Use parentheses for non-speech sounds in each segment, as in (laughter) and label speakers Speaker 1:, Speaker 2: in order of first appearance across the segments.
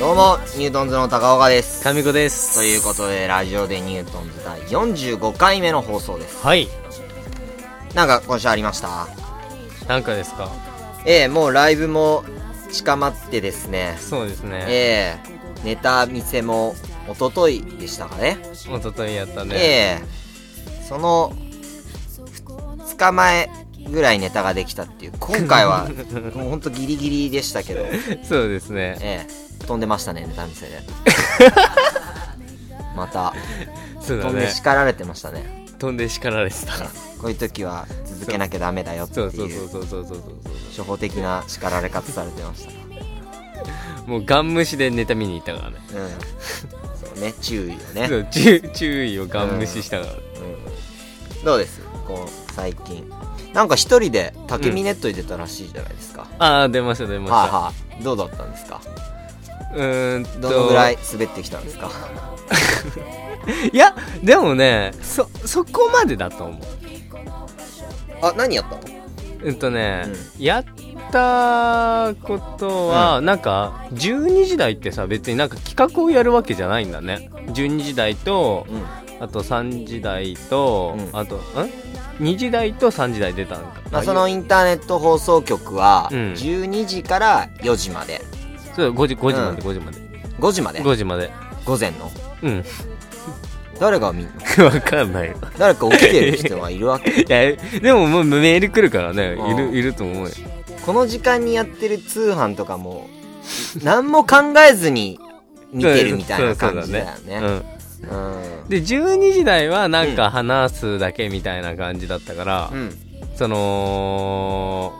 Speaker 1: も、ニュートンズの高岡です。
Speaker 2: 神子です
Speaker 1: ということで、ラジオでニュートンズ第45回目の放送です。
Speaker 2: はい
Speaker 1: なんか、今週ありました
Speaker 2: なんかですか
Speaker 1: ええもうライブも近まってですね。
Speaker 2: そうですね
Speaker 1: ええネタ見せも、一昨日でしたかね。
Speaker 2: 一昨日やったね
Speaker 1: ええその、2日前ぐらいネタができたっていう、今回は、
Speaker 2: (laughs)
Speaker 1: もうほんとギリギリでしたけど、
Speaker 2: そうですね
Speaker 1: ええ飛んでましたね、ネタ見せ
Speaker 2: (laughs)
Speaker 1: で。また。
Speaker 2: そうだ
Speaker 1: 飛んで
Speaker 2: ね
Speaker 1: 叱られてましたね
Speaker 2: 飛んで叱られてた
Speaker 1: (laughs) こういう時は続けなきゃダメだよって
Speaker 2: そうそう
Speaker 1: い
Speaker 2: そううそうそうそう
Speaker 1: 初
Speaker 2: そ
Speaker 1: 歩的な叱られ方されてましたう
Speaker 2: うもうガン無視でネタ見に行ったからね
Speaker 1: んそうね注意をね、
Speaker 2: そう注注意をガン無視したから、
Speaker 1: うん、どうですこう最近なんか一人で竹見ネットに出たらしいじゃないですか、
Speaker 2: ああ出ました出ました、
Speaker 1: はあ、はあ、どうだったんですか
Speaker 2: うーんと
Speaker 1: どのぐらい滑ってきたんですか
Speaker 2: いやでもねそそこまでだと思う
Speaker 1: あ何やったの
Speaker 2: うんとね、やったことは、なんか12時台ってさ別になんか企画をやるわけじゃないんだね12時台と
Speaker 1: うん
Speaker 2: あと3時台と、
Speaker 1: うん
Speaker 2: あとん2時台と3時台出たのか、
Speaker 1: まあ、そのインターネット放送局は
Speaker 2: うん
Speaker 1: 12時から4時まで
Speaker 2: そう5時5時まで
Speaker 1: う
Speaker 2: 5時まで、
Speaker 1: 5時まで
Speaker 2: 5時まで
Speaker 1: 午前の
Speaker 2: うん (laughs)
Speaker 1: 誰が見んの
Speaker 2: わかんないよ
Speaker 1: 誰か起きてる人はいるわけ
Speaker 2: いやでももうメール来るからね
Speaker 1: あー
Speaker 2: いるいると思うよ
Speaker 1: この時間にやってる通販とかも、何も考えずに見てるみたいな感じだよ
Speaker 2: そうそうだ
Speaker 1: ね。
Speaker 2: ねうん
Speaker 1: う
Speaker 2: で12時台はなんか話すだけみたいな感じだったから、
Speaker 1: ん。
Speaker 2: その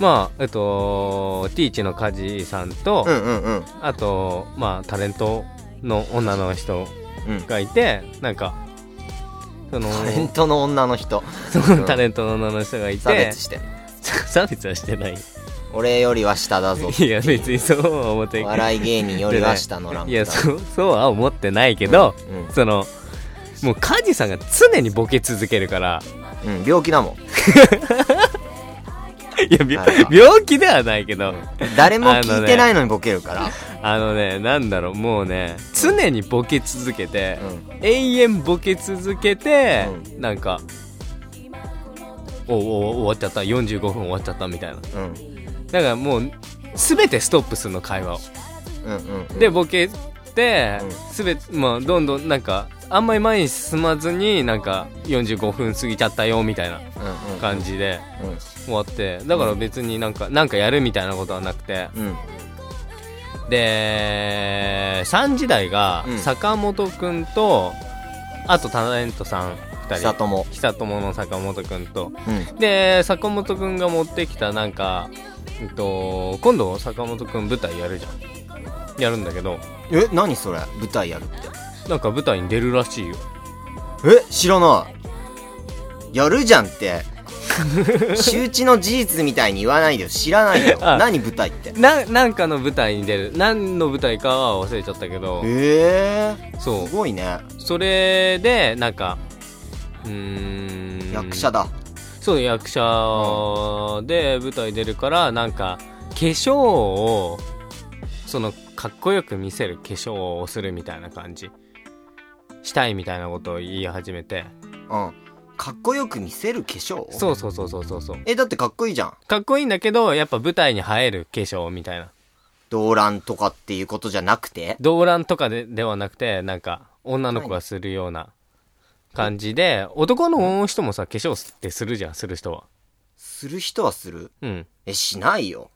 Speaker 2: まあえっとティーチの梶井さんと、
Speaker 1: うんうんうん。
Speaker 2: あとまあタレントの女の人
Speaker 1: うん。
Speaker 2: がいてなんかその
Speaker 1: タレントの女の人。
Speaker 2: そ
Speaker 1: うん
Speaker 2: のタレントの女の人がいて
Speaker 1: 差別して。 (laughs)
Speaker 2: 差別はしてない
Speaker 1: 俺よりは下だ
Speaker 2: (laughs)
Speaker 1: ぞ。
Speaker 2: いや別にそうは思って
Speaker 1: 笑い芸人よりは下のランク
Speaker 2: い
Speaker 1: だ。
Speaker 2: やそうそうは思ってないけど、
Speaker 1: うん
Speaker 2: そのもう梶さんが常にボケ続けるから
Speaker 1: うん、病気だもん。
Speaker 2: いやび
Speaker 1: あれは
Speaker 2: (laughs) 病気ではないけど、
Speaker 1: 誰も聞いてないのにボケるから。
Speaker 2: あのね、なんだろう、もうね、常にボケ続けて、
Speaker 1: う
Speaker 2: 永遠ボケ続けて、
Speaker 1: う
Speaker 2: なんか、おおお終わっちゃった、45分終わっちゃったみたいな。だ
Speaker 1: うん。
Speaker 2: からもう、すべてストップするの、会話を。
Speaker 1: うんうんうん。
Speaker 2: で、ボケて
Speaker 1: うん、
Speaker 2: すべて、まあ、どんどん、なんか、あんまり前に進まずに、なんか、45分過ぎちゃったよ、みたいな
Speaker 1: うんうん。
Speaker 2: 感じで
Speaker 1: う
Speaker 2: 終わって、だから別になんか、なんかやるみたいなことはなくて、
Speaker 1: ん。うん。
Speaker 2: で3時台が
Speaker 1: うん
Speaker 2: 坂本くんと、あとタレントさん2
Speaker 1: 久
Speaker 2: 人
Speaker 1: 友。
Speaker 2: 久友の坂本くんと
Speaker 1: うん。
Speaker 2: で坂本くんが持ってきたなんか、えっと、今度坂本くん舞台やるじゃんやるんだけど
Speaker 1: え、何それ舞台やるって。
Speaker 2: なんか舞台に出るらしいよ
Speaker 1: え知らないやるじゃんって
Speaker 2: (laughs)
Speaker 1: 周知の事実みたいに言わないでよ知らないよ
Speaker 2: あ
Speaker 1: 何舞台って
Speaker 2: ななんかの舞台に出る何の舞台かは忘れちゃったけど
Speaker 1: ええ
Speaker 2: そ
Speaker 1: すごいね
Speaker 2: うそれでなんかうーん
Speaker 1: 役者だ
Speaker 2: そう役者で舞台出るからなんか化粧をそのかっこよく見せる化粧をするみたいな感じしたいみたいなことを言い始めて
Speaker 1: うんかっこよく見せる化粧
Speaker 2: そうそうそうそうそうそう
Speaker 1: えだってかっこいいじゃん
Speaker 2: かっこいいんだけどやっぱ舞台に映える化粧みたいな
Speaker 1: 動乱とかっていうことじゃなくて
Speaker 2: 動乱とかでではなくてなんか女の子がするような感じで男の人もさ化粧ってするじゃんする人は
Speaker 1: する人はする
Speaker 2: うん
Speaker 1: えしない
Speaker 2: (laughs)
Speaker 1: よ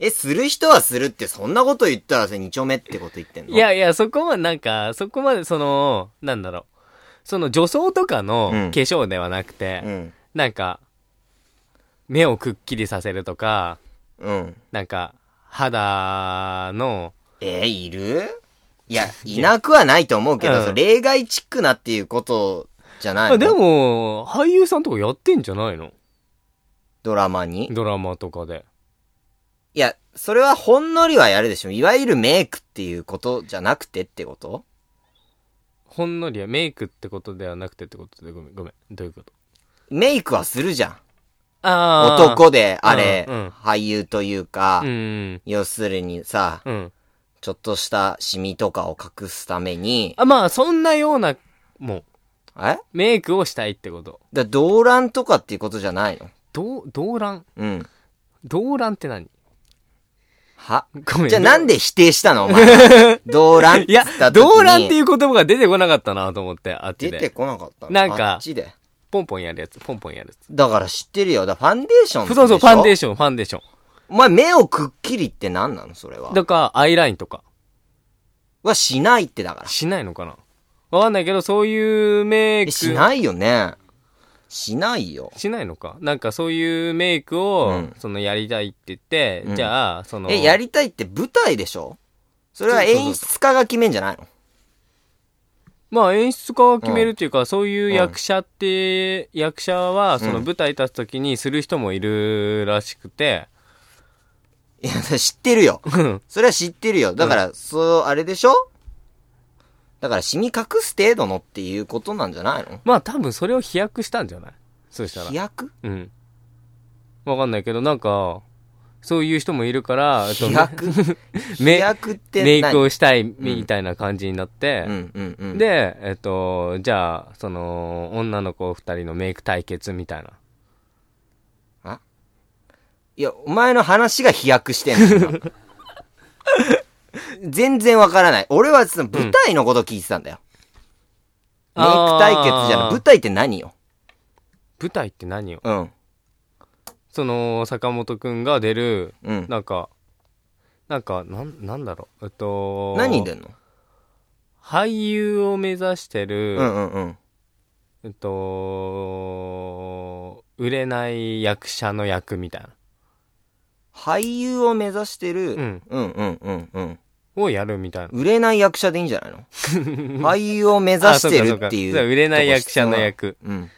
Speaker 1: えする人はするってそんなこと言ったらさ二丁目ってこと言ってんの
Speaker 2: いやいや、そこはなんか、そこまでその、なんだろう。その女装とかの
Speaker 1: う
Speaker 2: 化
Speaker 1: ん
Speaker 2: 粧ではなくて、
Speaker 1: うん
Speaker 2: なんか、目をくっきりさせるとか、
Speaker 1: うん
Speaker 2: なんか、肌の、
Speaker 1: えーいるい
Speaker 2: (laughs)
Speaker 1: や、いなくはないと思うけど、
Speaker 2: うん
Speaker 1: それ例外チックなっていうことじゃないの
Speaker 2: あでも、俳優さんとかやってんじゃないの
Speaker 1: ドラマに。
Speaker 2: ドラマとかで。
Speaker 1: いや、それはほんのりはやるでしょ。いわゆるメイクっていうことじゃなくてってこと
Speaker 2: ほんのりメイクってことではなくてってことで、ごめん、ごめん。どういうこと
Speaker 1: メイクはするじゃん。
Speaker 2: あー。
Speaker 1: 男で、あれ、
Speaker 2: うんうん
Speaker 1: 俳優というか、
Speaker 2: うん。
Speaker 1: 要するにさ、
Speaker 2: うん。
Speaker 1: ちょっとしたシミとかを隠すために、
Speaker 2: あ、まあ、そんなような、もう、
Speaker 1: え
Speaker 2: メイクをしたいってこと。
Speaker 1: だ動乱とかっていうことじゃないの
Speaker 2: どう、動乱
Speaker 1: うん。
Speaker 2: 動乱って何
Speaker 1: は
Speaker 2: ごめん。
Speaker 1: じゃあなん
Speaker 2: で
Speaker 1: で否定したのお
Speaker 2: (laughs)
Speaker 1: 前。動乱っ
Speaker 2: い
Speaker 1: て言
Speaker 2: や
Speaker 1: った、時に。
Speaker 2: 動乱っていう言葉が出てこなかったなと思って、あっち
Speaker 1: 出て
Speaker 2: で。
Speaker 1: こなかった
Speaker 2: なんか
Speaker 1: あっちで。
Speaker 2: ポンポンやるやつ、ポンポンやるやつ。
Speaker 1: だから知ってるよ。だからファンデーションでしょ。
Speaker 2: そうそう、ファンデー
Speaker 1: シ
Speaker 2: ション、ファンデーション。
Speaker 1: ョン。お前目をくっきりって何なのそれは。
Speaker 2: だから、アイラインとか。
Speaker 1: はしないってだから。
Speaker 2: しないのかなわかんないけど、そういうメイ
Speaker 1: え
Speaker 2: ク。
Speaker 1: し
Speaker 2: い
Speaker 1: ないよね。しないよ。
Speaker 2: しないのかなんかそういうメイクを、
Speaker 1: うん
Speaker 2: そのやりたいって言って、
Speaker 1: うん
Speaker 2: じゃあ、その。
Speaker 1: え、やりたいって舞台でしょそれは演出家が決めんじゃないの
Speaker 2: まあ演出家が決めるっていうか、そういう役者って、役者はその舞台立つ時にする人もいるらしくて、 (laughs)
Speaker 1: いや、知ってるよ。
Speaker 2: ん
Speaker 1: それは知ってるよ。だから、そう、あれでしょだから、染み隠す程度のっていうことなんじゃないの
Speaker 2: まあ多分それを飛躍したんじゃないそうしたら
Speaker 1: 飛。躍
Speaker 2: うん。わかんないけど、なんか、そういう人もいるから、えっと
Speaker 1: 飛
Speaker 2: (laughs)
Speaker 1: 躍飛
Speaker 2: メ
Speaker 1: 躍って
Speaker 2: メイクを
Speaker 1: 何
Speaker 2: したいみたいな感じになって、
Speaker 1: うんうんうん。、
Speaker 2: で、えっと、じゃあ、その、女の子二人のメイク対決みたいな。
Speaker 1: いや、お前の話が飛躍してん
Speaker 2: (laughs)
Speaker 1: のよ。今全然わからない。俺はその舞台のこと聞いてたんだよ。メイク対決じゃ
Speaker 2: あ
Speaker 1: ない。
Speaker 2: ー
Speaker 1: 舞台って何よ
Speaker 2: 舞台って何よ
Speaker 1: うん。
Speaker 2: その、坂本くんが出る、
Speaker 1: うん。
Speaker 2: なんか、なんか、なん、なんだろう、えっと、
Speaker 1: 何に出んの
Speaker 2: 俳優を目指して
Speaker 1: う
Speaker 2: る、
Speaker 1: んうんうん。
Speaker 2: えっと、売れない役者の役みたいな、
Speaker 1: 俳優を目指してる、
Speaker 2: うん
Speaker 1: うんうんうんうん。
Speaker 2: をやるみたいな。
Speaker 1: 売れない役者でいいんじゃないの
Speaker 2: (laughs)
Speaker 1: 俳優を目指してるっていう
Speaker 2: あそうかそうかそう売れない役者の
Speaker 1: とこ
Speaker 2: 役
Speaker 1: 必要なの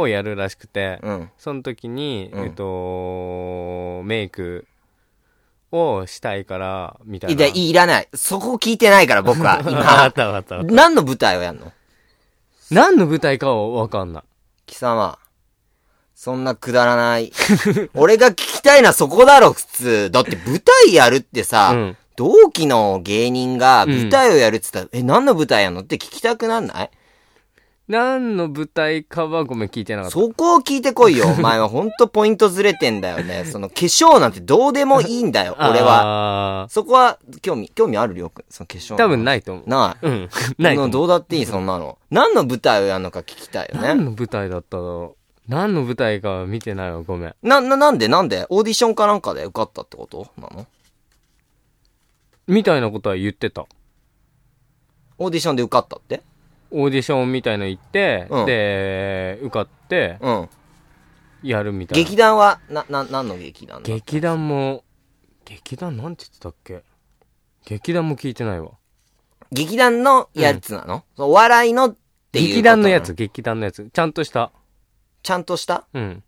Speaker 2: をやるらしくて、
Speaker 1: うんうん
Speaker 2: その時に、
Speaker 1: うん
Speaker 2: えっと、メイクをしたいから、みたい
Speaker 1: い
Speaker 2: な。
Speaker 1: やいらないそこ聞いてないから僕は
Speaker 2: (laughs) あった
Speaker 1: 今
Speaker 2: あった。
Speaker 1: 何の舞台をやんの
Speaker 2: 何の舞台かはわかんない。
Speaker 1: 貴様そんなくだらない (laughs) 俺が聞きたいのはそこだろ普通だって舞台やるってさ、
Speaker 2: うん
Speaker 1: 同期の芸人が
Speaker 2: うん
Speaker 1: 舞台をやるっつったら、え何の舞台やんのって聞きたくなんない
Speaker 2: 何の舞台かはごめん聞いてなかった。
Speaker 1: そこを聞いてこ
Speaker 2: (laughs)
Speaker 1: いよ。お前はほんとポイントずれてんだよね。その化粧なんてどうでもいいんだよ、
Speaker 2: (laughs)
Speaker 1: 俺は。
Speaker 2: は。
Speaker 1: そこは、興味、興味あるりょうくん。その化粧。
Speaker 2: 多分
Speaker 1: ない。
Speaker 2: ないと思う。
Speaker 1: な
Speaker 2: うん。
Speaker 1: い。
Speaker 2: ないと
Speaker 1: の
Speaker 2: 思う。
Speaker 1: どうだっていい、そんなの。何の舞台をやるのか聞きたいよ
Speaker 2: 何
Speaker 1: ね。
Speaker 2: の舞台だったの何の舞台か見てないわ、ごめん。
Speaker 1: な、な、なんでなんでオーディションかなんかで受かったってことなの
Speaker 2: みたいなことは言ってた。
Speaker 1: オーディションで受かったって
Speaker 2: オーディションみたいの行って、
Speaker 1: うん
Speaker 2: で、受かって、
Speaker 1: うん。
Speaker 2: やるみたいな。
Speaker 1: 劇団は、な、な、何の劇団なの
Speaker 2: 劇団も、劇団なんて言ってたっけ劇団も聞いてないわ。
Speaker 1: 劇団のやつなの、そのお笑いのっていうことな。
Speaker 2: 劇団のやつ、劇団のやつ。ちゃんとした。
Speaker 1: ちゃんとした
Speaker 2: うん。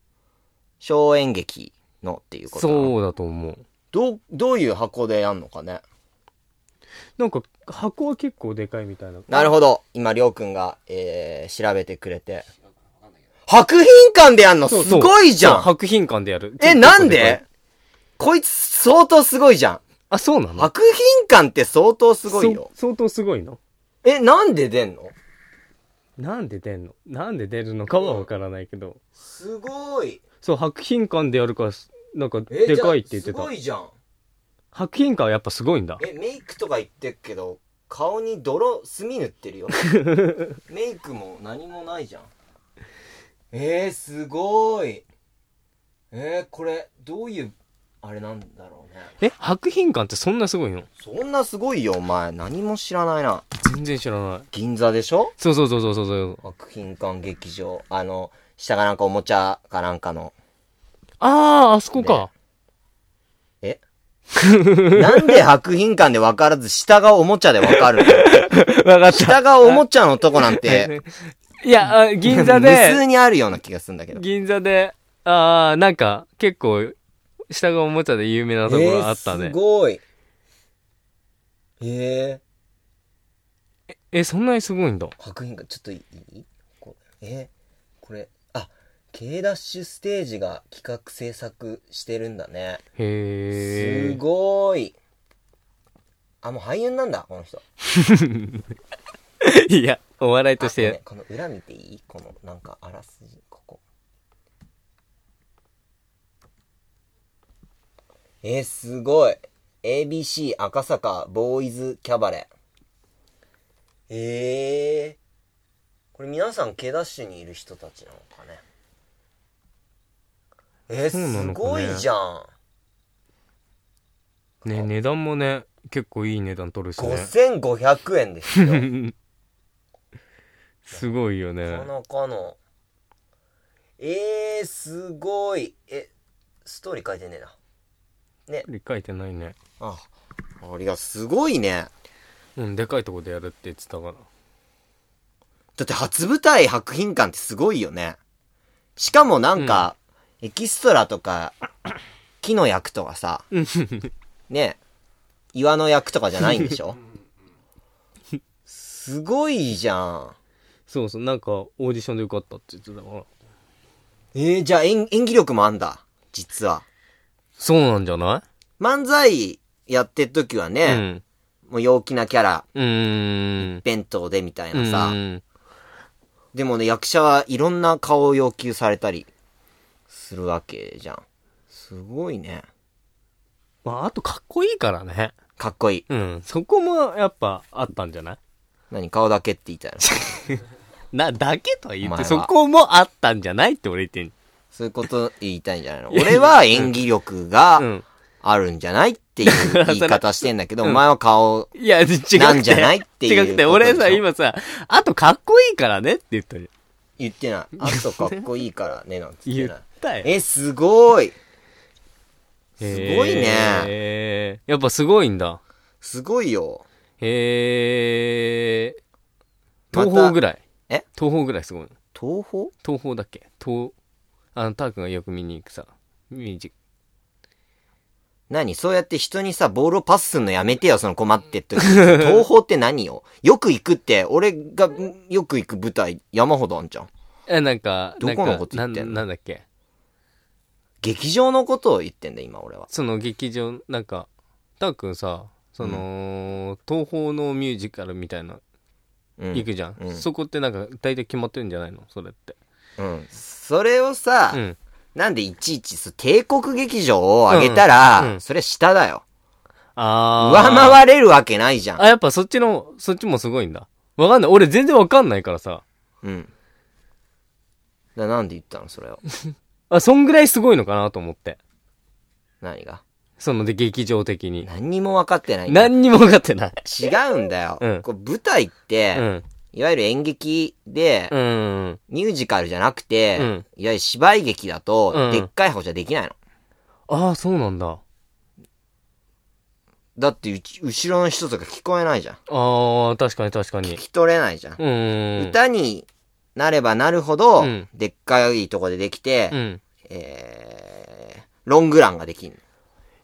Speaker 1: 小演劇のっていうことなの
Speaker 2: そうだと思う。
Speaker 1: どう、どういう箱でやんのかね。
Speaker 2: なんか、箱は結構でかいみたいな。
Speaker 1: なるほど。今、りょうくんが、えー、調べてくれて。博品館でやんの
Speaker 2: そう
Speaker 1: す
Speaker 2: そう
Speaker 1: ごいじゃ
Speaker 2: そうん博品館でやる。
Speaker 1: え、なんでこいつ相当すごいじゃ。
Speaker 2: あ、そうなんの
Speaker 1: 博品館って相当すごいよ
Speaker 2: そ。相当すごいの
Speaker 1: え、なんで出んの
Speaker 2: なんで出んのなんで出るのかはわからないけど。
Speaker 1: すごい。
Speaker 2: そう、博品館でやるから、なんか、でかいって言ってた。
Speaker 1: いじゃん。
Speaker 2: 博品館はやっぱすごいんだ。
Speaker 1: え、メイクとか言ってるけど、顔に泥、墨塗って
Speaker 2: (laughs)
Speaker 1: るよ。メイクも何もないじゃん。えー、すごい。えー、これ、どういう、あれなんだろうね。
Speaker 2: え、博品館ってそんなすごいの
Speaker 1: そんなすごいよ、お前。何も知らないな。
Speaker 2: 全然知らない。
Speaker 1: 銀座でしょ
Speaker 2: そうそうそうそうそうそう。
Speaker 1: 作品館劇場。あの、下がなんかおもちゃかなんか
Speaker 2: (laughs)
Speaker 1: の。
Speaker 2: あー、あそこか。
Speaker 1: えなんで博品館で分からず、下がおもちゃで分かるの
Speaker 2: わ (laughs) かっ
Speaker 1: 下がおもちゃのとこなんて、
Speaker 2: いや、あ (laughs) 銀
Speaker 1: (laughs)
Speaker 2: 座
Speaker 1: 無数
Speaker 2: で、
Speaker 1: にあるような気がするんだけど。
Speaker 2: 銀座で、あー、なんか、結構、下がおもちゃで有名なところあった
Speaker 1: えー
Speaker 2: ね
Speaker 1: す。ごい。え
Speaker 2: え、そんなにすごいんだ。
Speaker 1: ー、博品館、ちょっといいこえー、これ、あ、K ダッシュステージが企画制作してるんだね。
Speaker 2: へ
Speaker 1: す
Speaker 2: ー。
Speaker 1: ごい。あ、もう俳優なんだ、この人。
Speaker 2: いや、お笑いとし
Speaker 1: あね
Speaker 2: て、
Speaker 1: この裏見ていいこの、なんか、あらすじ、ここ。えー、すごい。ABC 赤坂ボーイズキャバレー。えー。これ皆さん、K ダッシュにいる人たちなのかね。えー、
Speaker 2: そうなのか
Speaker 1: す
Speaker 2: ね
Speaker 1: ごいじゃん。
Speaker 2: ね、値段もね、結構いい値段取るしね。
Speaker 1: 5500円ですよ。
Speaker 2: すごいよね
Speaker 1: なか。なかの。えー、すごい。え、ストーリー書いてねえな。
Speaker 2: 書いてないね。
Speaker 1: あ、あれがすごいね。
Speaker 2: うん、でかいとこでやるって言ってたから。
Speaker 1: だって初舞台博品館ってすごいよね。しかもなんか、エキストラとか、木の役とかさ、ね、岩の役とかじゃないんでしょすごいじゃん。
Speaker 2: そうそう、なんかオーディションで受かったって言ってたから。
Speaker 1: えー、じゃあ演演技力もあんだ。実は。
Speaker 2: そうなんじゃな
Speaker 1: 漫才やってる時はね、
Speaker 2: いうん。
Speaker 1: もう陽気なキャラ、
Speaker 2: うーん。
Speaker 1: 弁当でみたいなさ。
Speaker 2: うん
Speaker 1: でもね、役者はいろんな顔を要求されたりするわけじゃん。すごいね。
Speaker 2: まあ、あとかっこいいからね。
Speaker 1: かっこいい。
Speaker 2: うん。そこもやっぱあったんじゃない
Speaker 1: 何顔だけって言いたい (laughs) の
Speaker 2: な、だけとは言っ
Speaker 1: お前は
Speaker 2: て、そこもあったんじゃないって俺言ってん
Speaker 1: そういうこと言いたいんじゃないの俺は演技力
Speaker 2: う
Speaker 1: が
Speaker 2: ん。
Speaker 1: あるんじゃないっていう言い方してんだけ (laughs) ど、お前は顔、
Speaker 2: いや、違くて。
Speaker 1: なんじゃないっていう
Speaker 2: 違くて、
Speaker 1: ことでしょ
Speaker 2: 俺さ、今さ、あとかっこいいからねって言ったよ。
Speaker 1: 言ってない。あとかっこいいからね、なんて (laughs) 言
Speaker 2: 言
Speaker 1: ってな
Speaker 2: っ
Speaker 1: い。
Speaker 2: たよ。
Speaker 1: え、すごいすごいね。
Speaker 2: ね。やっぱすごいんだ。
Speaker 1: すごいよ。
Speaker 2: へえ。
Speaker 1: また
Speaker 2: 東方ぐらい。
Speaker 1: え
Speaker 2: 東方ぐらいすごい。
Speaker 1: 東宝
Speaker 2: 東方だっけ東、あの、タークがよく見に行くさ、ミュージック。
Speaker 1: 何そうやって人にさ、ボールをパスするのやめてよ、その困って
Speaker 2: (laughs)
Speaker 1: って。東宝って何よよく行くって、俺がんよく行く舞台、山ほどあんじゃん。
Speaker 2: え、なんか、
Speaker 1: どこのこと言
Speaker 2: な
Speaker 1: っ
Speaker 2: ん
Speaker 1: て
Speaker 2: か
Speaker 1: んの
Speaker 2: なんなんだっけ
Speaker 1: 劇場のことを言ってんだ、今俺は。
Speaker 2: その劇場、なんか、タークさ、その、東方のミュージカルみたいな、
Speaker 1: うん。
Speaker 2: 行くじゃん。
Speaker 1: うん
Speaker 2: そこってなんか、大体決まってるんじゃないのそれって。
Speaker 1: うん。それをさ、
Speaker 2: うん。
Speaker 1: なんでいちいちそう帝国劇場を上げたら、
Speaker 2: うんうん
Speaker 1: それ下だよ。
Speaker 2: あ
Speaker 1: 上
Speaker 2: ー。
Speaker 1: 回れるわけないじゃん。
Speaker 2: あ、やっぱそっちの、そっちもすごいんだ。わかんない。俺全然わかんないからさ。
Speaker 1: うん。だなんで言ったの、それを。
Speaker 2: あ、そんぐらいすごいのかなと思って。
Speaker 1: 何が。
Speaker 2: そので、劇場的に。
Speaker 1: 何にも分かってない。
Speaker 2: 何にも分かってない。
Speaker 1: 違うんだよ。
Speaker 2: うん
Speaker 1: こう舞台って、
Speaker 2: うん。
Speaker 1: いわゆる演劇で、
Speaker 2: うん。
Speaker 1: ミュージカルじゃなくて、
Speaker 2: うん
Speaker 1: いわゆる芝居劇だと、
Speaker 2: うん
Speaker 1: でっかい箱じゃできないの。
Speaker 2: ああ、そうなんだ。あ
Speaker 1: だってうち、後ろの人とか聞こえないじゃん。
Speaker 2: あ、確かに確かに
Speaker 1: 聞。き取れないじゃん。
Speaker 2: うん。
Speaker 1: 歌になればなるほど、
Speaker 2: うん
Speaker 1: でっかいとこでできて、
Speaker 2: うん。
Speaker 1: えー、ロングランができんの。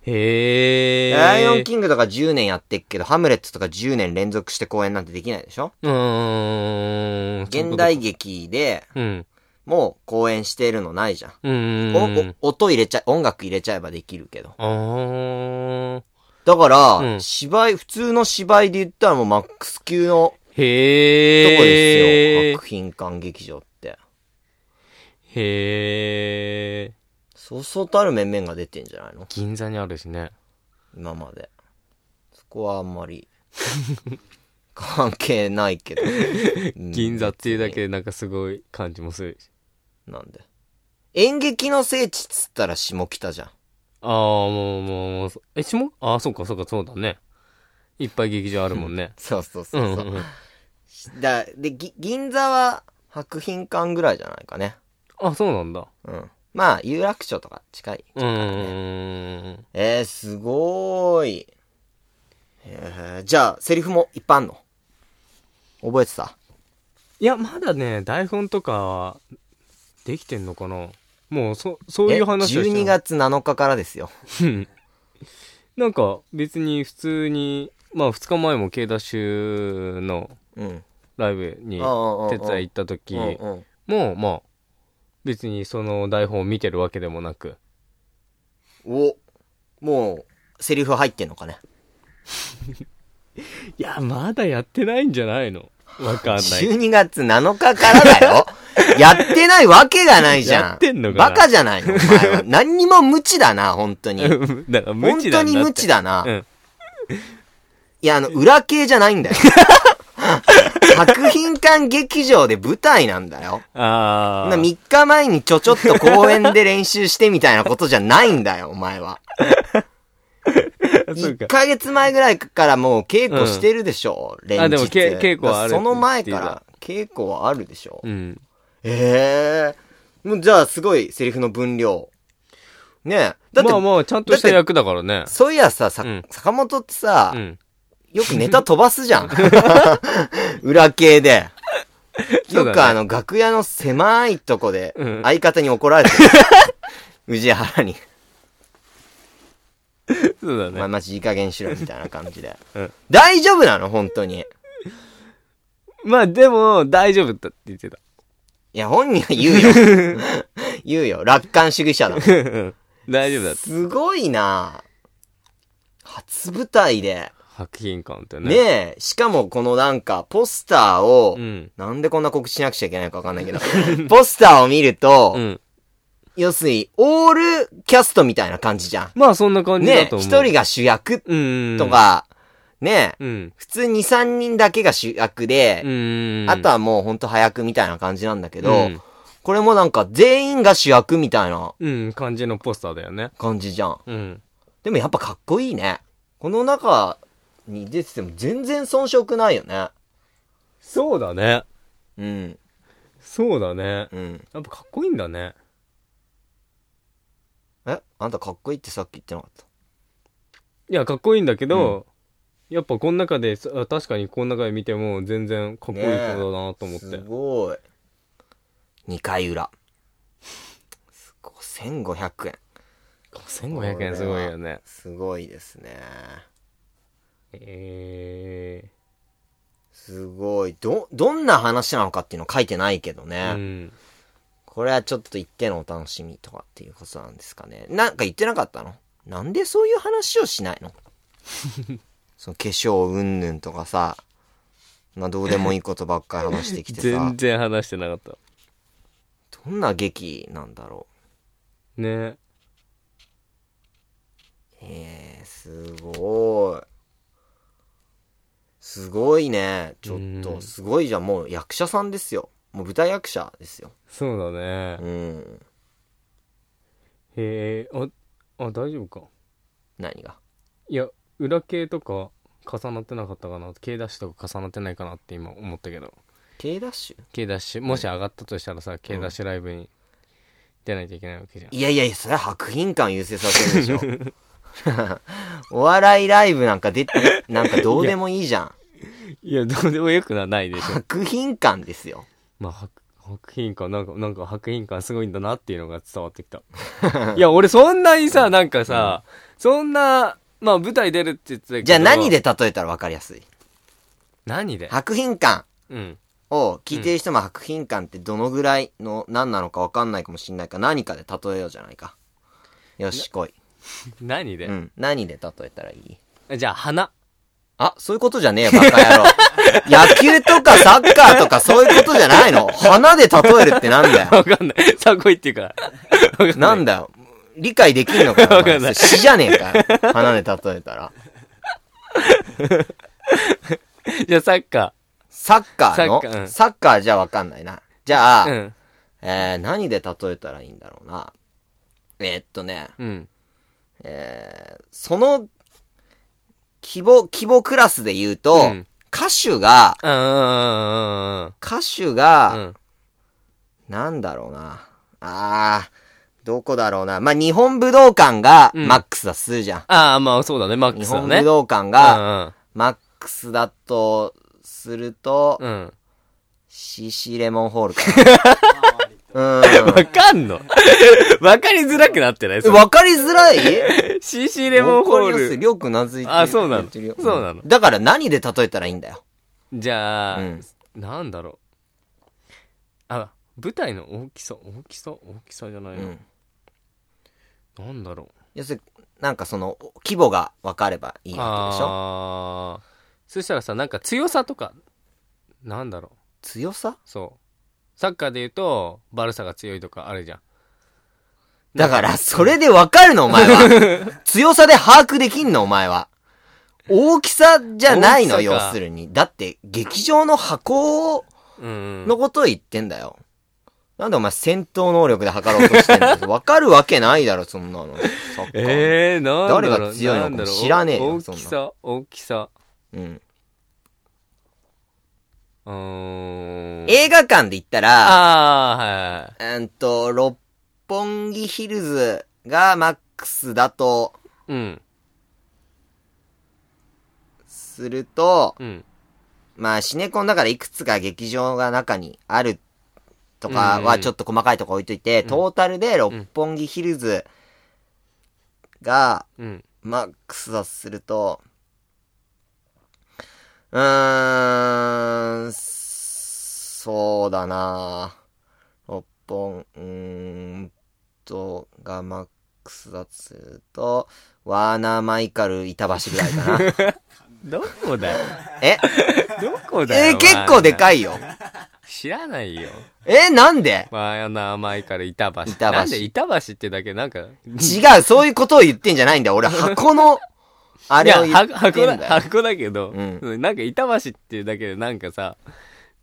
Speaker 2: へえ。
Speaker 1: ライオンキングとか10年やってっけど、ハムレットとか10年連続して公演なんてできないでしょ
Speaker 2: うーん。
Speaker 1: 現代劇で
Speaker 2: うん。
Speaker 1: もう公演してるのないじゃん。
Speaker 2: う
Speaker 1: お
Speaker 2: ーん。
Speaker 1: お音入れちゃ、音楽入れちゃえばできるけど。
Speaker 2: あー。
Speaker 1: だから、
Speaker 2: うん
Speaker 1: 芝居、普通の芝居で言ったらもうマックス級のとこです
Speaker 2: へえ。
Speaker 1: よ。博品館劇場って。
Speaker 2: へえ。
Speaker 1: そうそうたる面々が出てんじゃないの
Speaker 2: 銀座にあるしね。
Speaker 1: 今まで。そこはあんま
Speaker 2: (laughs)
Speaker 1: り、関係ないけど。うん
Speaker 2: 銀座っていうだけでなんかすごい感じもするし。
Speaker 1: なんで。演劇の聖地っつったら下北じゃん。
Speaker 2: ああ、もう、もう、もう、え、しもああ、そうか、そうか、そうだね。いっぱい劇場あるもんね。
Speaker 1: そうそう
Speaker 2: う
Speaker 1: そ
Speaker 2: ん
Speaker 1: う
Speaker 2: う
Speaker 1: そうん
Speaker 2: うん。
Speaker 1: だで、ぎ銀座は博品館ぐらいじゃないかね。
Speaker 2: あ、そうなんだ。
Speaker 1: うん。まあ、有楽町とか近い。
Speaker 2: うーん。
Speaker 1: えー、すごーい。えー、じゃあ、セリフもいっぱいあんの覚えてた
Speaker 2: いや、まだね、台本とかは、できてんのかなもう、そ、そういう話
Speaker 1: え
Speaker 2: はしてない
Speaker 1: 12月7日からですよ。
Speaker 2: うんなんか、別に普通に、まあ、2日前も K ダッシュの
Speaker 1: うん。
Speaker 2: ライブに
Speaker 1: ああああ
Speaker 2: 手伝い行った時
Speaker 1: うんうん
Speaker 2: もう、まあ、別にその台本を見てるわけでもなく、
Speaker 1: お、もう、セリフ入ってんのかね。
Speaker 2: いや、まだやってないんじゃないのわかんない。
Speaker 1: 12月7日からだ
Speaker 2: (laughs)
Speaker 1: よやってないわけがないじゃん。
Speaker 2: やってんのかな
Speaker 1: バカじゃないのお前は。何にも無知だな、本当に。
Speaker 2: だから無
Speaker 1: 本
Speaker 2: 知
Speaker 1: 当
Speaker 2: (laughs) なんだって
Speaker 1: に無知だな。
Speaker 2: うん。
Speaker 1: いや、あの、裏系じゃないんだよ。 (laughs) 作品館劇場で舞台なんだよ。
Speaker 2: ああ。
Speaker 1: 3日前にちょちょっと公園で練習してみたいなことじゃないんだよ、お前は。
Speaker 2: (laughs) そう
Speaker 1: 1
Speaker 2: か。
Speaker 1: ヶ月前ぐらいからもう稽古してるでしょ、う連日
Speaker 2: あでもけ稽古はある
Speaker 1: その前
Speaker 2: って言
Speaker 1: か
Speaker 2: って
Speaker 1: ら稽古はあるでしょ、
Speaker 2: うん。
Speaker 1: ええもうじゃあすごいセリフの分量。ねえ。だって、
Speaker 2: まあまあ、ちゃんとした役だからね。
Speaker 1: そういやさ、さ
Speaker 2: うん
Speaker 1: 坂本ってさ、
Speaker 2: うん。
Speaker 1: よくネタ飛ばすじゃん。 (laughs) 裏系で。
Speaker 2: そ
Speaker 1: よ
Speaker 2: うだね
Speaker 1: くあの、楽屋の狭いとこで
Speaker 2: うん、
Speaker 1: 相方に怒られて
Speaker 2: (laughs)
Speaker 1: る。宇治原に。
Speaker 2: そうだ
Speaker 1: お前
Speaker 2: ね。
Speaker 1: マジいい加減しろ、みたいな感じで。
Speaker 2: (laughs) うん
Speaker 1: 大丈夫なの本当に。い
Speaker 2: まあでも、大丈夫だって言ってた。
Speaker 1: や、本人は言
Speaker 2: (laughs)
Speaker 1: うよ。言うよ。楽観主義者だもん。
Speaker 2: うん大丈夫だ (laughs) って。
Speaker 1: すごいな初舞台で。
Speaker 2: 白品感ってね。
Speaker 1: ねえ、しかもこのなんか、ポスターを
Speaker 2: う、ん。
Speaker 1: なんでこんな告知しなくちゃいけないのかわかん
Speaker 2: (laughs)
Speaker 1: ないけど、ポスターを見ると
Speaker 2: う、ん。
Speaker 1: 要するに、オールキャストみたいな感じじゃ
Speaker 2: まあそんな感
Speaker 1: ん。
Speaker 2: じだ
Speaker 1: ねえ、
Speaker 2: と
Speaker 1: 一
Speaker 2: 思う。
Speaker 1: 人が主役
Speaker 2: うん。
Speaker 1: と。か、ねえ、
Speaker 2: うん。
Speaker 1: 普通に三人だけが主役
Speaker 2: う
Speaker 1: で、
Speaker 2: ん。
Speaker 1: あとはもうほんと早くみたいな感じなんだけど、
Speaker 2: うん
Speaker 1: これもなんか全員が主役みたいな
Speaker 2: うん、感じのポスターだよね。
Speaker 1: 感じじゃん。
Speaker 2: うん。
Speaker 1: でもやっぱかっこいいね。この中に出てても全然遜色ないよね。
Speaker 2: そうだね。
Speaker 1: うん、
Speaker 2: そうだね。
Speaker 1: うん。
Speaker 2: やっぱかっこいいんだね。
Speaker 1: えあんたかっこいいってさっき言ってなかった。
Speaker 2: いや、かっこいいんだけど、やっぱこの中で、そあ確かにこの中で見ても全然かっこいい子だなと思って。
Speaker 1: すごい。2回裏。すごい。1500円。
Speaker 2: 1500円すごいよね。
Speaker 1: すごいですね。
Speaker 2: え
Speaker 1: すごい。ど、どんな話なのかっていうの書いてないけど
Speaker 2: ー。
Speaker 1: ね。
Speaker 2: うん。
Speaker 1: これはちょっと言ってのお楽しみとかっていうことなんですかね。なんか言ってなかったのなんでそういう話をしない
Speaker 2: (laughs)
Speaker 1: のその化粧うんぬんとかさ。まあどうでもいいことばっかり話してきてさ
Speaker 2: (laughs) 全。然話してなかった。
Speaker 1: どんな劇なんだろ
Speaker 2: ね。
Speaker 1: う。えー、すごい。すごいね。ちょっ
Speaker 2: う
Speaker 1: と、
Speaker 2: ん
Speaker 1: すごいじゃん。もう役者さんですよ。もう舞台役者ですよ。
Speaker 2: そうだね
Speaker 1: う。ん。
Speaker 2: へえ、あ、あ、大丈夫か。
Speaker 1: 何が
Speaker 2: いや、裏系とか重なってなかったかな。K ダッシュとか重なってないかなって今思ったけど。
Speaker 1: K ダッシュ
Speaker 2: K ダッシュ、もし上がったとしたらさ、K ダッシュライブに出ないといけないわけじゃん。
Speaker 1: いやいやいや、それは白品感優先させ (laughs) るでしょ。お笑いライブなんか出て、なんかどうでもいいじゃん。
Speaker 2: いや、どうでもよくはないでしょ。
Speaker 1: 白品感ですよ。
Speaker 2: (laughs) まあ、白白品感、なんか、なんか白品感すごいんだなっていうのが伝わって (laughs) きた。いや、俺そんなにさ、なんかさ、そんな、まあ舞台出るって言ってたけど。
Speaker 1: じゃあ何で例えたらわかりやすい
Speaker 2: 何で
Speaker 1: 白品感
Speaker 2: うん。
Speaker 1: を聞いてる人も白品感ってどのぐらいの何なのかわかんないかもしんないから何かで例えようじゃないか。よし、来い。
Speaker 2: 何で
Speaker 1: う、ん。何で例えたらいい
Speaker 2: じゃあ花。 (laughs)
Speaker 1: あ、そういうことじゃねえよ、バカ野郎。野球とかサッカーとかそういうことじゃないの花で例えるってなんだよ。
Speaker 2: わかんない。さこいっていう (laughs) から。わかん
Speaker 1: なんだよ。理解できんのかな
Speaker 2: (laughs) わかんない
Speaker 1: お前詩じゃねえかよ。花で例えたら。
Speaker 2: ないじゃあサッカ
Speaker 1: サッカーの
Speaker 2: サ
Speaker 1: サ
Speaker 2: ッ
Speaker 1: ッカ
Speaker 2: カー
Speaker 1: ー,、
Speaker 2: うん
Speaker 1: じゃわかんないな。じゃあ、
Speaker 2: ー。うん。
Speaker 1: えー、何で例えたらいいんだろうな。えーっとね、
Speaker 2: うん。
Speaker 1: えー、その、規模、規模クラスで言うと、
Speaker 2: うん
Speaker 1: 歌手が、
Speaker 2: うんうんうんうん
Speaker 1: 歌手
Speaker 2: う
Speaker 1: が、
Speaker 2: ん。
Speaker 1: なんだろうな。あー、どこだろうな。まあ、日本武道館が、
Speaker 2: うん
Speaker 1: マックスだとするじゃん。
Speaker 2: ああ、まあそうだね、マック
Speaker 1: 日
Speaker 2: スだ
Speaker 1: 本
Speaker 2: ね。
Speaker 1: 武道館が、マックスだとすると、
Speaker 2: うんうん。うん。
Speaker 1: CC レモンホールかな。う
Speaker 2: わ
Speaker 1: (laughs)
Speaker 2: かんのわかりづらくなってないそ
Speaker 1: ん。
Speaker 2: れ
Speaker 1: わかりづらい
Speaker 2: CC レモンホー
Speaker 1: わかりやすい
Speaker 2: ル。
Speaker 1: りょうくんなずいてる
Speaker 2: あそうなの
Speaker 1: 言ってるよ
Speaker 2: そうなの
Speaker 1: だから何で例えたらいいんだよ。
Speaker 2: じゃあ、
Speaker 1: うん
Speaker 2: なんだろう。あ、舞台の大きさ、大きさ、大きさじゃな
Speaker 1: う
Speaker 2: いの。
Speaker 1: ん。
Speaker 2: なんだろ。
Speaker 1: 要するに、なんかその、規模が分かればいういわけでしょ
Speaker 2: あーそしたらさなんか強さとかなんだろう
Speaker 1: 強さ
Speaker 2: そうサッカーで言うとバルサが強いとかあるじゃん
Speaker 1: だから、それでわかるの、お前
Speaker 2: (laughs)
Speaker 1: は。強さで把握できんの、お前は。大きさじゃないの、
Speaker 2: 大きさ
Speaker 1: 要
Speaker 2: か
Speaker 1: するに。だって、劇場の箱
Speaker 2: うんうん
Speaker 1: のことを言ってんだよ。なんでお前戦闘能力で測ろうとしてんだ
Speaker 2: (laughs)
Speaker 1: よ。わかるわけないだろ、そんなの。サッカー
Speaker 2: えー、なんだろう
Speaker 1: 誰が強いのかも
Speaker 2: なんだろう
Speaker 1: 知らねえよ
Speaker 2: 大
Speaker 1: そんな
Speaker 2: きさ大きさ
Speaker 1: うん。
Speaker 2: うーん
Speaker 1: 映画館で言ったら、
Speaker 2: ああはいはい
Speaker 1: うんと、六本木ヒルズがマックスだと
Speaker 2: うん
Speaker 1: すると、
Speaker 2: うん
Speaker 1: まあ、シネコンの中でいくつか劇場が中にあるとか
Speaker 2: うんう
Speaker 1: は
Speaker 2: ん
Speaker 1: ちょっと細かいとこ置いといて、トータルで六本木ヒルズが
Speaker 2: うん
Speaker 1: マックスだとすると、うーん、そうだな六本、うーんと、がマックスだとすると、ワーナー・マイカル・板橋ぐらいか
Speaker 2: (laughs)
Speaker 1: な。
Speaker 2: ど
Speaker 1: (laughs)
Speaker 2: こだよ
Speaker 1: え
Speaker 2: どこだよ
Speaker 1: えー結構で
Speaker 2: い
Speaker 1: かいよ。
Speaker 2: 知らないよ
Speaker 1: えなんで
Speaker 2: まあ名前から板橋
Speaker 1: 板橋
Speaker 2: なんで板橋ってだけなんか
Speaker 1: 違う、そういうことを言ってんじゃないんだよ。俺、箱の、あれを
Speaker 2: い
Speaker 1: 言
Speaker 2: や
Speaker 1: っ
Speaker 2: は箱
Speaker 1: て
Speaker 2: だ
Speaker 1: んだよ。
Speaker 2: 箱だけど、
Speaker 1: う
Speaker 2: なんか板橋っていうだけでなんかさ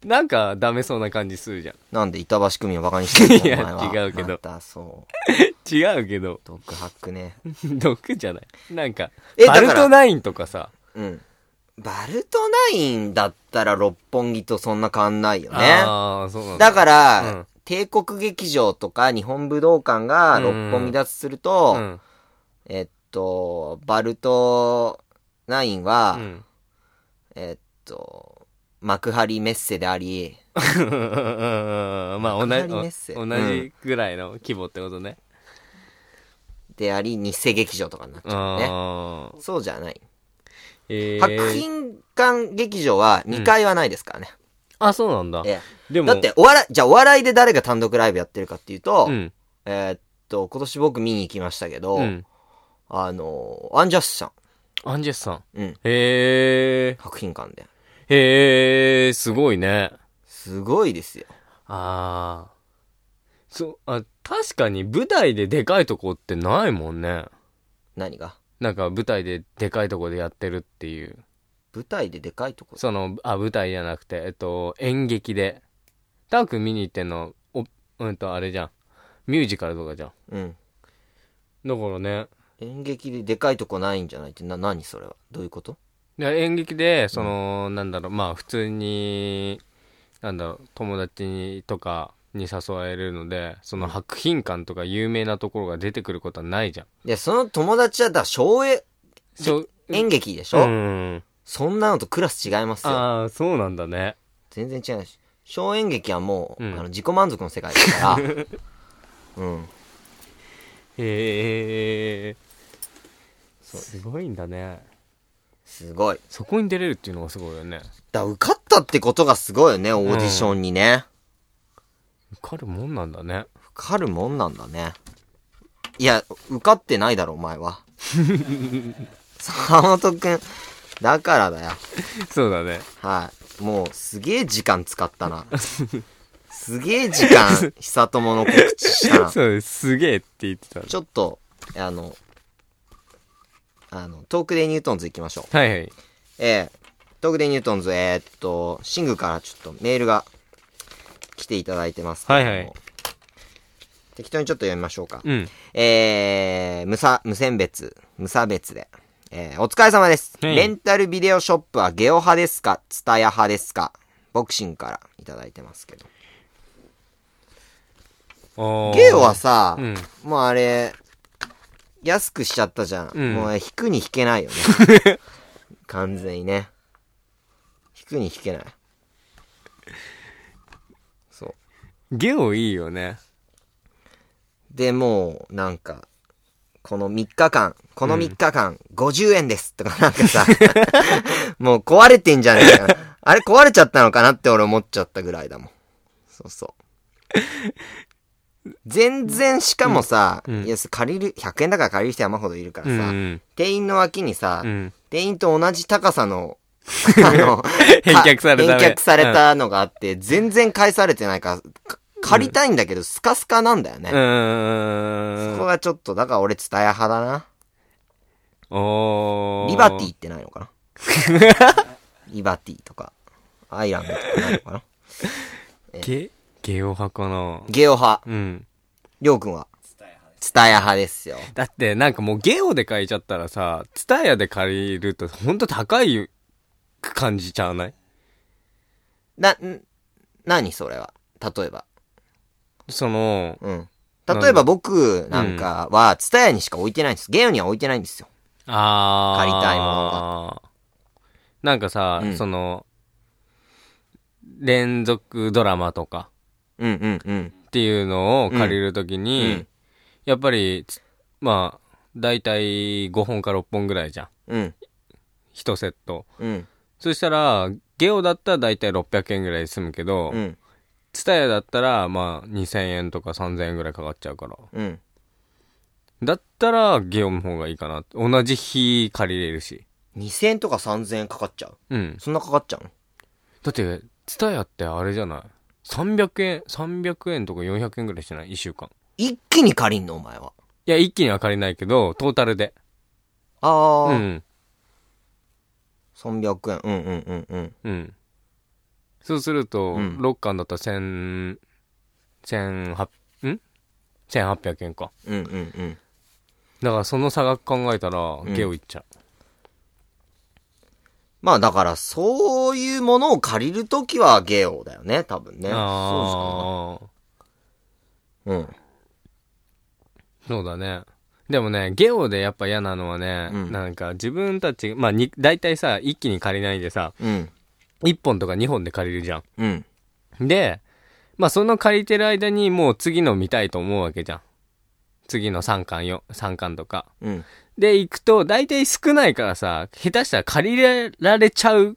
Speaker 2: なんかダメそうな感じするじゃん
Speaker 1: なんで板橋組をバカにしてんの
Speaker 2: いや
Speaker 1: お前は
Speaker 2: 違うけど
Speaker 1: また、そう。
Speaker 2: 違うけど (laughs)
Speaker 1: 独白ね。
Speaker 2: 毒じゃないなんか
Speaker 1: えだ
Speaker 2: バ
Speaker 1: から
Speaker 2: ルトナインとかさ
Speaker 1: うん。バルトナインだったら六本木とそんな変わんないよね。
Speaker 2: ああそうなんだ
Speaker 1: だから、
Speaker 2: うん
Speaker 1: 帝国劇場とか日本武道館が六本木だとすると、
Speaker 2: うん
Speaker 1: えっと、バルトナインは、
Speaker 2: うん
Speaker 1: えっと、幕張メッセであり、幕張
Speaker 2: まあ同
Speaker 1: メッセ
Speaker 2: じ同じぐらいの規模ってことね。
Speaker 1: であり、日生劇場とかになっちゃうね。
Speaker 2: あー
Speaker 1: そうじゃない。
Speaker 2: えー
Speaker 1: 白品館劇場は2階はないですからね。
Speaker 2: あ、そうなんだ。
Speaker 1: え
Speaker 2: で
Speaker 1: え
Speaker 2: も、
Speaker 1: だって、お笑い、じゃあお笑いで誰が単独ライブやってるかっていうと、
Speaker 2: うん、
Speaker 1: えーっと、今年僕見に行きましたけど、
Speaker 2: うん。
Speaker 1: あのー、アンジャッシュさ
Speaker 2: アンジェスさん。
Speaker 1: ん。うん。
Speaker 2: へえ、
Speaker 1: 白品館で。
Speaker 2: へえ、すごいね。
Speaker 1: すごいですよ。
Speaker 2: ああ。そう、あ、確かに舞台ででかいとこってないもんね。
Speaker 1: 何が
Speaker 2: なんか舞台ででかいとこでやってるっていう。
Speaker 1: 舞台ででかいとこ。
Speaker 2: その、あ、舞台じゃなくて、えっと、演劇で。ターク見に行ってんの、お、うんと、あれじゃん。ミュージカルとかじゃん。
Speaker 1: うん。
Speaker 2: だからね、
Speaker 1: 演劇ででかいとこないんじゃないって、な、何それはどういうこと
Speaker 2: いや演劇で、その、なんだろう、まあ、普通に、なんだろう、友達にとかに誘われるので、その、博品館とか有名なところが出てくることはないじゃん。
Speaker 1: で、その友達はだ、小演
Speaker 2: そう、
Speaker 1: 演劇でし
Speaker 2: う
Speaker 1: ょ、
Speaker 2: ん。
Speaker 1: そんなのとクラス違いますよ。
Speaker 2: ああ、そうなんだね。
Speaker 1: 全然違うし小演劇はもう、
Speaker 2: うん
Speaker 1: あの自己満足の世界だから、
Speaker 2: (laughs)
Speaker 1: うん、
Speaker 2: へえ。すごいんだね。
Speaker 1: すごい
Speaker 2: そこに出れるっていうのがすごいよね。
Speaker 1: だ受かったってことがすごいよねオーディションにね、
Speaker 2: 受かるもんなんだね。
Speaker 1: 受かるもんなんだねいや受かってないだろお前
Speaker 2: (laughs)
Speaker 1: は坂本くんだからだよ
Speaker 2: そうだね。
Speaker 1: はいもうすげえ時間使ったなすげえ時
Speaker 2: (laughs)
Speaker 1: 間久友の告知したな
Speaker 2: (laughs) そうです。すげえって言ってた。
Speaker 1: ちょっとあのあのトークでニュートンズ行きましょう
Speaker 2: はいはい。
Speaker 1: えー、東でニュートンズ、えーっと、シングからちょっとメールが来ていただいてますけれども
Speaker 2: はいはい
Speaker 1: 適当にちょっと読みましょうか。
Speaker 2: うん。
Speaker 1: えー、無差、無選別、無差別で。えー、お疲れ様です。
Speaker 2: はい
Speaker 1: レンタルビデオショップはゲオ派ですかツタヤ派ですかボクシングからいただいてますけど。ゲオはさ、
Speaker 2: うん
Speaker 1: もうあれ、安くしちゃったじゃん。
Speaker 2: うん
Speaker 1: もう引くに引けないよね。
Speaker 2: (laughs)
Speaker 1: 完全にね。引くに引けない。そう。
Speaker 2: ゲオいいよね。
Speaker 1: で、もう、なんか、この3日間、この3日間、50円ですとかなんかさ、 (laughs)
Speaker 2: (laughs)
Speaker 1: もう壊れてんじゃねえかな。あれ壊れちゃったのかなって俺思っちゃったぐらいだもん。そうそう。全然、しかもさ、
Speaker 2: うんうん
Speaker 1: いや、借りる、100円だから借りる人山ほどいるから
Speaker 2: うん
Speaker 1: さ、
Speaker 2: うん。
Speaker 1: 店員の脇にさ、
Speaker 2: うん。 (laughs)
Speaker 1: 店員と同じ高さのあの
Speaker 2: 返却されたね
Speaker 1: 返却されたのがあって、全然返されてないから、か借りたいんだけど、スカスカなんだよ
Speaker 2: う
Speaker 1: ね。そこ
Speaker 2: ーん。
Speaker 1: はちょっと、だから俺、ツタヤ派だな。
Speaker 2: おー
Speaker 1: リバティってないのか (laughs) なリバティとか、アイランドとかないのかな
Speaker 2: ゲ、ゲオ派かな
Speaker 1: ゲオ派、
Speaker 2: うん。
Speaker 1: りょうくんはツタヤ派ですよ。
Speaker 2: だってなんかもうゲオで借りちゃったらさ、ツタヤで借りるとほんと高い感じちゃわない
Speaker 1: な、ん、何それは例えば。
Speaker 2: その、
Speaker 1: うん。例えば僕なんかは、ツタヤにしか置いてないんです。ゲオには置いてないんですよ。
Speaker 2: あー。
Speaker 1: 借りたいも
Speaker 2: なんかさ、
Speaker 1: うん
Speaker 2: その、連続ドラマとか
Speaker 1: うんうんうん。
Speaker 2: っていうのを借りるときに、
Speaker 1: うんうん
Speaker 2: やっぱり、つまあ、だいたい5本か6本ぐらいじゃん。
Speaker 1: うん。
Speaker 2: 1セット。
Speaker 1: うん。
Speaker 2: そしたら、ゲオだったらだいたい600円ぐらいで済むけど、
Speaker 1: うん。
Speaker 2: ツタヤだったら、まあ、2000円とか3000円ぐらいかかっちゃうから。
Speaker 1: うん。
Speaker 2: だったら、ゲオの方がいいかな。同じ日借りれるし。
Speaker 1: 2000円とか3000円かかっちゃう。
Speaker 2: うん。
Speaker 1: そんなかかっちゃうの
Speaker 2: だって、ツタヤってあれじゃない ?300 円、300円とか400円ぐらいしない ?1 週間。
Speaker 1: 一気に借りんのお前は。
Speaker 2: いや、一気には借りないけど、トータルで。
Speaker 1: ああ、
Speaker 2: うん。
Speaker 1: 300円。うんうんうんうん。
Speaker 2: うん。そうすると、
Speaker 1: うん
Speaker 2: 6巻だったら1000、1800、ん ?1800 円か。
Speaker 1: うんうんうん。
Speaker 2: だからその差額考えたら、
Speaker 1: ん
Speaker 2: ゲオいっちゃう。
Speaker 1: まあだから、そういうものを借りるときはゲオだよね、多分ね。
Speaker 2: ああ。
Speaker 1: そうじゃないうん。
Speaker 2: そうだね。でもね、ゲオでやっぱ嫌なのはね、
Speaker 1: うん
Speaker 2: なんか自分たち、まあに、大体さ、一気に借りないでさ、
Speaker 1: うん。
Speaker 2: 1本とか2本で借りるじゃん。
Speaker 1: うん。
Speaker 2: で、まあその借りてる間にもう次の見たいと思うわけじゃん。次の3巻よ、3巻とか。
Speaker 1: うん。
Speaker 2: で、行くと大体少ないからさ、下手したら借りられちゃうっ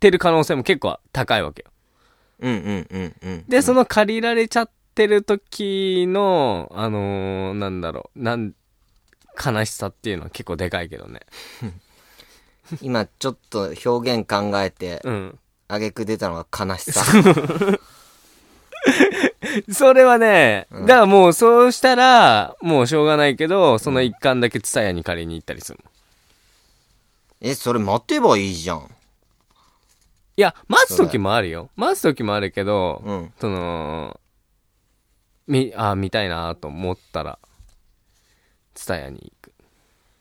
Speaker 2: てる可能性も結構高いわけよ。
Speaker 1: うんうんうんうん。
Speaker 2: で、その借りられちゃってる時の、あのーなんだろう、なん、悲しさっていうのは結構でかいけどね。
Speaker 1: 今ちょっと表現考えて、
Speaker 2: うん。 (laughs)
Speaker 1: あげく出たのが悲しさ。
Speaker 2: それはね、だからもうそうしたら、もうしょうがないけど、その一巻だけツタヤに借りに行ったりするの。
Speaker 1: え、それ待てばいいじゃん。
Speaker 2: いや、待つ時もあるよ。待つ時もあるけど、
Speaker 1: うん
Speaker 2: その、み、あ、見たいなと思ったら、ツタヤに行く。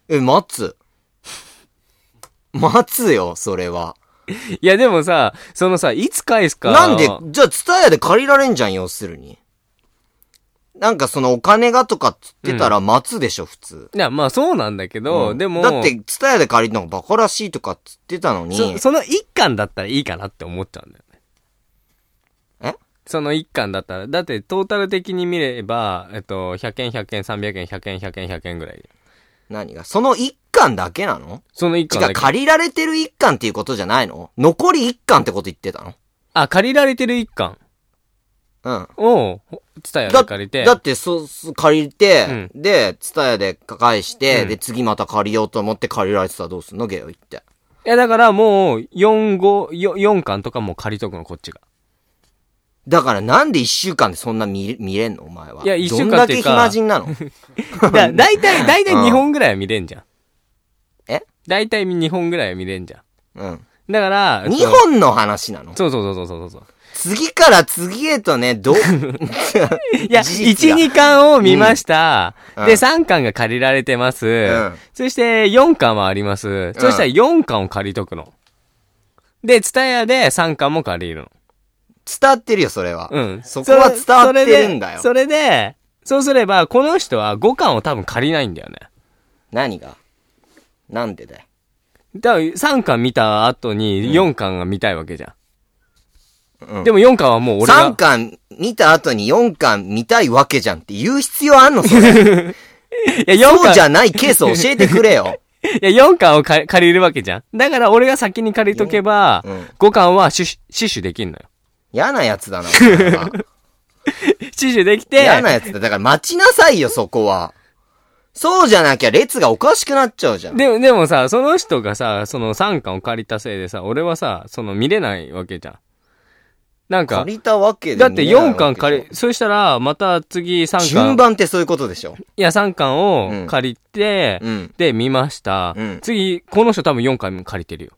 Speaker 1: え、待つ。待つよ、それは。
Speaker 2: いや、でもさ、そのさ、いつ返すか。
Speaker 1: なんで、じゃあ、ツタヤで借りられんじゃん、要するに。なんかそのお金がとかっつってたら待つでしょ、普通。
Speaker 2: いや、まあそうなんだけど、
Speaker 1: うん
Speaker 2: でも、
Speaker 1: だって、ツタヤで借りるのがバカらしいとかっつってたのに。
Speaker 2: そ、その一巻だったらいいかなって思っちゃうんだよね。
Speaker 1: え
Speaker 2: その一巻だったら、だってトータル的に見れば、えっと、100円、100円、300円、100円、100円、100円ぐらい。
Speaker 1: 何がその一巻だけなの
Speaker 2: その一巻だ
Speaker 1: 違う、
Speaker 2: け。
Speaker 1: 借りられてる一巻っていうことじゃないの残り一巻ってこと言ってたの
Speaker 2: あ、借りられてる一巻
Speaker 1: うん。
Speaker 2: を、ツタヤ
Speaker 1: だ
Speaker 2: で借りて。
Speaker 1: だって、そう、そう借りて、
Speaker 2: う
Speaker 1: で、ツタヤで返して、
Speaker 2: うん
Speaker 1: で、次また借りようと思って借りられてたらどうすんのゲオ行って。
Speaker 2: いや、だからもう、4、5、よ4巻とかもう借りとくの、こっ
Speaker 1: (laughs)
Speaker 2: ちが。
Speaker 1: だからなんで一週間でそんな見れ見れんのお前は。
Speaker 2: いや一週間
Speaker 1: どんだ
Speaker 2: ってい
Speaker 1: け
Speaker 2: うか
Speaker 1: 暇人な
Speaker 2: (laughs)
Speaker 1: の
Speaker 2: だ、だいたい、だいたい
Speaker 1: うん
Speaker 2: 2本ぐらいは見れんじゃん。
Speaker 1: え
Speaker 2: だいたい2本ぐらいは見れんじゃん。
Speaker 1: うん。
Speaker 2: だから、えっと
Speaker 1: 日本の話なの
Speaker 2: そうそうそうそうそうそう。
Speaker 1: 次から次へとね、どう、
Speaker 2: いや、
Speaker 1: 事実
Speaker 2: 1、
Speaker 1: が
Speaker 2: 2巻を見ました。
Speaker 1: うん
Speaker 2: で、3巻が借りられてます。
Speaker 1: ん
Speaker 2: そして、4巻はあります。そしたら4巻を借りとくの。で、ツタヤで3巻も借りるの。
Speaker 1: 伝わってるよ、それは。
Speaker 2: うん。
Speaker 1: そこは伝わってるんだよ。
Speaker 2: それで、それでそうすれば、この人は5巻を多分借りないんだよね。
Speaker 1: 何がなんでだよ。
Speaker 2: だから3巻見た後に4巻が見たいわけじゃん。
Speaker 1: うん
Speaker 2: でも4巻はもう俺が。
Speaker 1: 3巻見た後に4巻見たいわけじゃんって言う必要あ
Speaker 2: (laughs)
Speaker 1: んのそれ。
Speaker 2: いや4
Speaker 1: そう
Speaker 2: 巻
Speaker 1: じゃないケース教えてくれよ。
Speaker 2: (laughs) いや4巻をか借りるわけじゃん。だから俺が先に借りとけば、
Speaker 1: うん
Speaker 2: 5巻は死守死守できんのよ。
Speaker 1: 嫌なやつだな、お前は
Speaker 2: (laughs) 死守できて、
Speaker 1: 嫌なやつだ。だから待ちなさいよ、そこは。そうじゃなきゃ列がおかしくなっちゃうじゃん。
Speaker 2: でも、でもさ、その人がさ、その3巻を借りたせいでさ、俺はさ、その見れないわけじゃん。なんか、
Speaker 1: 借りたわけで
Speaker 2: だ
Speaker 1: も
Speaker 2: って
Speaker 1: ないわけ
Speaker 2: 4巻借り、そしたら、また次3巻。
Speaker 1: 順番ってそういうことでしょ。
Speaker 2: いや、3巻
Speaker 1: うん
Speaker 2: を借りて、
Speaker 1: うん。
Speaker 2: で、見ました。
Speaker 1: うん
Speaker 2: 次、この人多分4回も借りてるよ。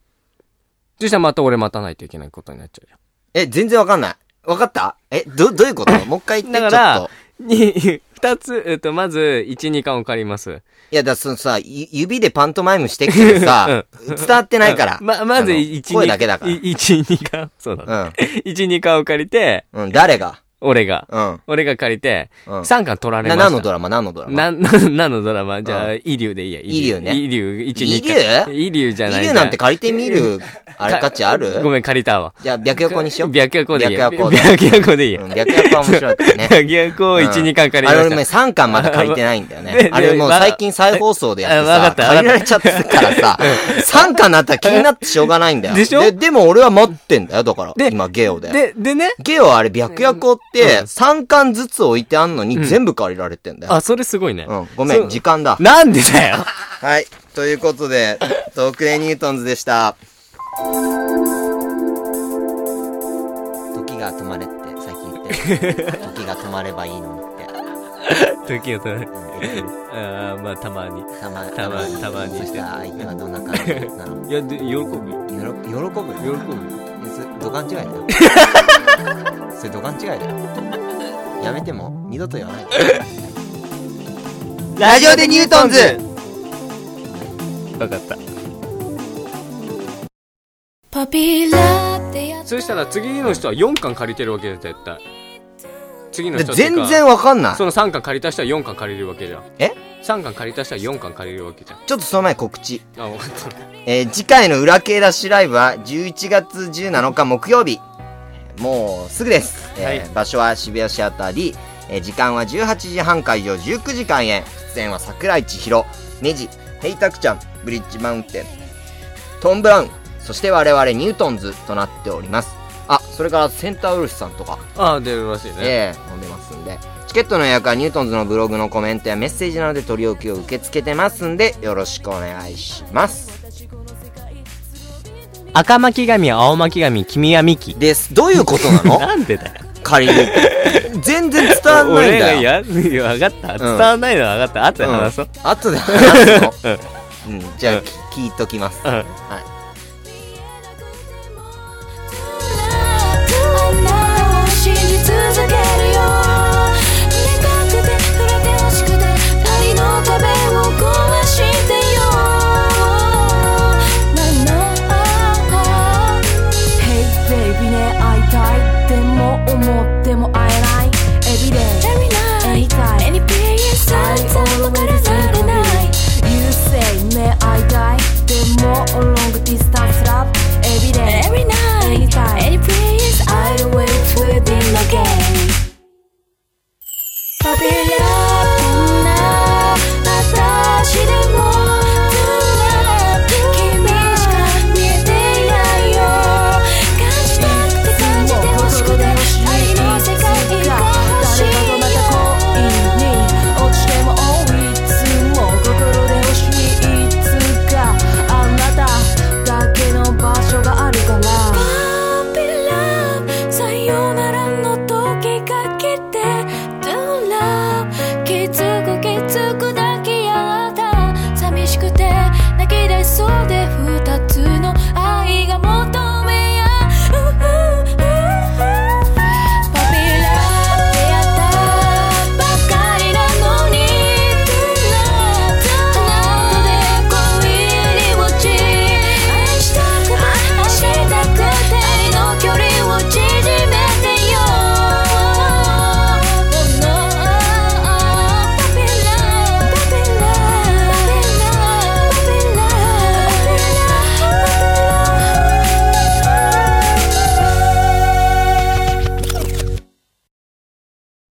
Speaker 2: そしたらまた俺待たないといけないことになっちゃうよ。
Speaker 1: え、全然わかんない。わかったえ、ど、どういうこともう一回言って、ちょ
Speaker 2: だ
Speaker 1: っ
Speaker 2: から
Speaker 1: と。
Speaker 2: に、2つ、えっと、まず、1、2巻を借ります。
Speaker 1: いや、だ、そのさ、ゆ指でパントマイムしてっけど
Speaker 2: (laughs)
Speaker 1: さ、伝わってないから。
Speaker 2: ま、まず
Speaker 1: あの
Speaker 2: 1、2
Speaker 1: 声だけだか
Speaker 2: い1、2巻。そうだね。
Speaker 1: ら。
Speaker 2: 1、2巻を借りて、
Speaker 1: うん。うん、誰が
Speaker 2: 俺が。
Speaker 1: うん。
Speaker 2: 俺が借りて、
Speaker 1: うん。
Speaker 2: 3巻取られま
Speaker 1: な、
Speaker 2: した。
Speaker 1: 何のドラマ何のドラマ
Speaker 2: な、な、何のドラマじゃ
Speaker 1: う
Speaker 2: あ、イリュウでいいや。
Speaker 1: イリュウね
Speaker 2: イリュウ、1、2
Speaker 1: イ
Speaker 2: 巻。イリュウじゃない。
Speaker 1: ビルなんて借りてみる、あれ価値ある
Speaker 2: ごめん、借りたわ。
Speaker 1: じゃあ、白夜行にしよう。うん
Speaker 2: 白夜行でいいや。
Speaker 1: 白夜行
Speaker 2: 白
Speaker 1: で
Speaker 2: 夜行でいいや。
Speaker 1: 白夜行は面白い
Speaker 2: (laughs)
Speaker 1: からね。
Speaker 2: 白夜行1、2巻借り
Speaker 1: あ
Speaker 2: ま
Speaker 1: れ
Speaker 2: し
Speaker 1: 俺
Speaker 2: た
Speaker 1: ね、。3巻まだ借りてないんだよ
Speaker 2: で (laughs)
Speaker 1: ね
Speaker 2: で。
Speaker 1: あれもう
Speaker 2: わ
Speaker 1: 最近再放送でやって
Speaker 2: あわか
Speaker 1: さ
Speaker 2: っ、たわ
Speaker 1: 借
Speaker 2: かった
Speaker 1: りられちゃってるからさ、3巻になったら気になってしょうがないんだよ。
Speaker 2: でしょ
Speaker 1: で、でも俺は持ってんだよ、だから。
Speaker 2: で
Speaker 1: 今、ゲオで。
Speaker 2: で、でね。
Speaker 1: ゲオはあれ、白夜行っ
Speaker 2: う
Speaker 1: て、
Speaker 2: ん
Speaker 1: 3巻ずつ置いてあんの
Speaker 2: う
Speaker 1: に
Speaker 2: ん
Speaker 1: 全部借りられてんだよ。
Speaker 2: あ、それすごいね。
Speaker 1: うん、ごめ
Speaker 2: そ
Speaker 1: ん、時間
Speaker 2: (laughs)
Speaker 1: だ。
Speaker 2: なんで
Speaker 1: (laughs)
Speaker 2: だよ。
Speaker 1: はい。ということで、トークネニュートンズでした。時が止まれって最近言ってる。時が止まればいいのにって。
Speaker 2: 時を取られる。
Speaker 1: うん言ってる
Speaker 2: あーまあ、 (laughs) たまに。
Speaker 1: たま
Speaker 2: たまたまに
Speaker 1: そしたら相手はどんな感じなの
Speaker 2: いや、で、喜ぶよ。
Speaker 1: 喜ぶ喜ぶよ
Speaker 2: 喜ぶ
Speaker 1: いや
Speaker 2: よ。
Speaker 1: それ土管違いだ
Speaker 2: (laughs)
Speaker 1: よそれ土管違いだよやめても二度と言わないラジオでニュートンズ
Speaker 2: わかった。
Speaker 3: パピーラってやつ
Speaker 2: そしたら次の人は4巻借りてるわけだよ、絶対。次の人っていうか
Speaker 1: 全然わかんないち
Speaker 2: そ
Speaker 1: ょっ
Speaker 2: の3巻借りた人は4巻借りるわけじゃん。
Speaker 1: え
Speaker 2: ?3 巻借りた人は4巻借りるわ
Speaker 1: (laughs)
Speaker 2: けじゃん。
Speaker 1: とその前に告知
Speaker 2: あ、わかった。
Speaker 1: えー次回の裏系ダッシュライブは11月17日木曜日。もうすぐです。えー
Speaker 2: はい
Speaker 1: 場所は渋谷シアター D。えー時間は18時半会場19時開演。出演は桜井千尋、ネジ、ヘイタクちゃん、ブリッジマウンテン、トンブラウン、そして我々ニュートンズとなっております。あ、それからセンターウルフさんとか、
Speaker 2: あー、出るらしいね。
Speaker 1: ええ飲んでますんで。チケットの予約はニュートンズのブログのコメントやメッセージなどで取り置きを受け付けてますんで、よろしくお願いします。
Speaker 2: 赤巻紙、青巻紙、君はミキ。
Speaker 1: です。どういうことな
Speaker 2: (laughs)
Speaker 1: の
Speaker 2: なんでだよ。
Speaker 1: 仮に。全然伝わんないんだよ。
Speaker 2: 俺が、いや、分かった。伝
Speaker 1: うん
Speaker 2: わんないのは分かった。後で話そう。
Speaker 1: 後で話すの。うん、じゃあ、き聞いときます。
Speaker 2: うん。
Speaker 1: はい。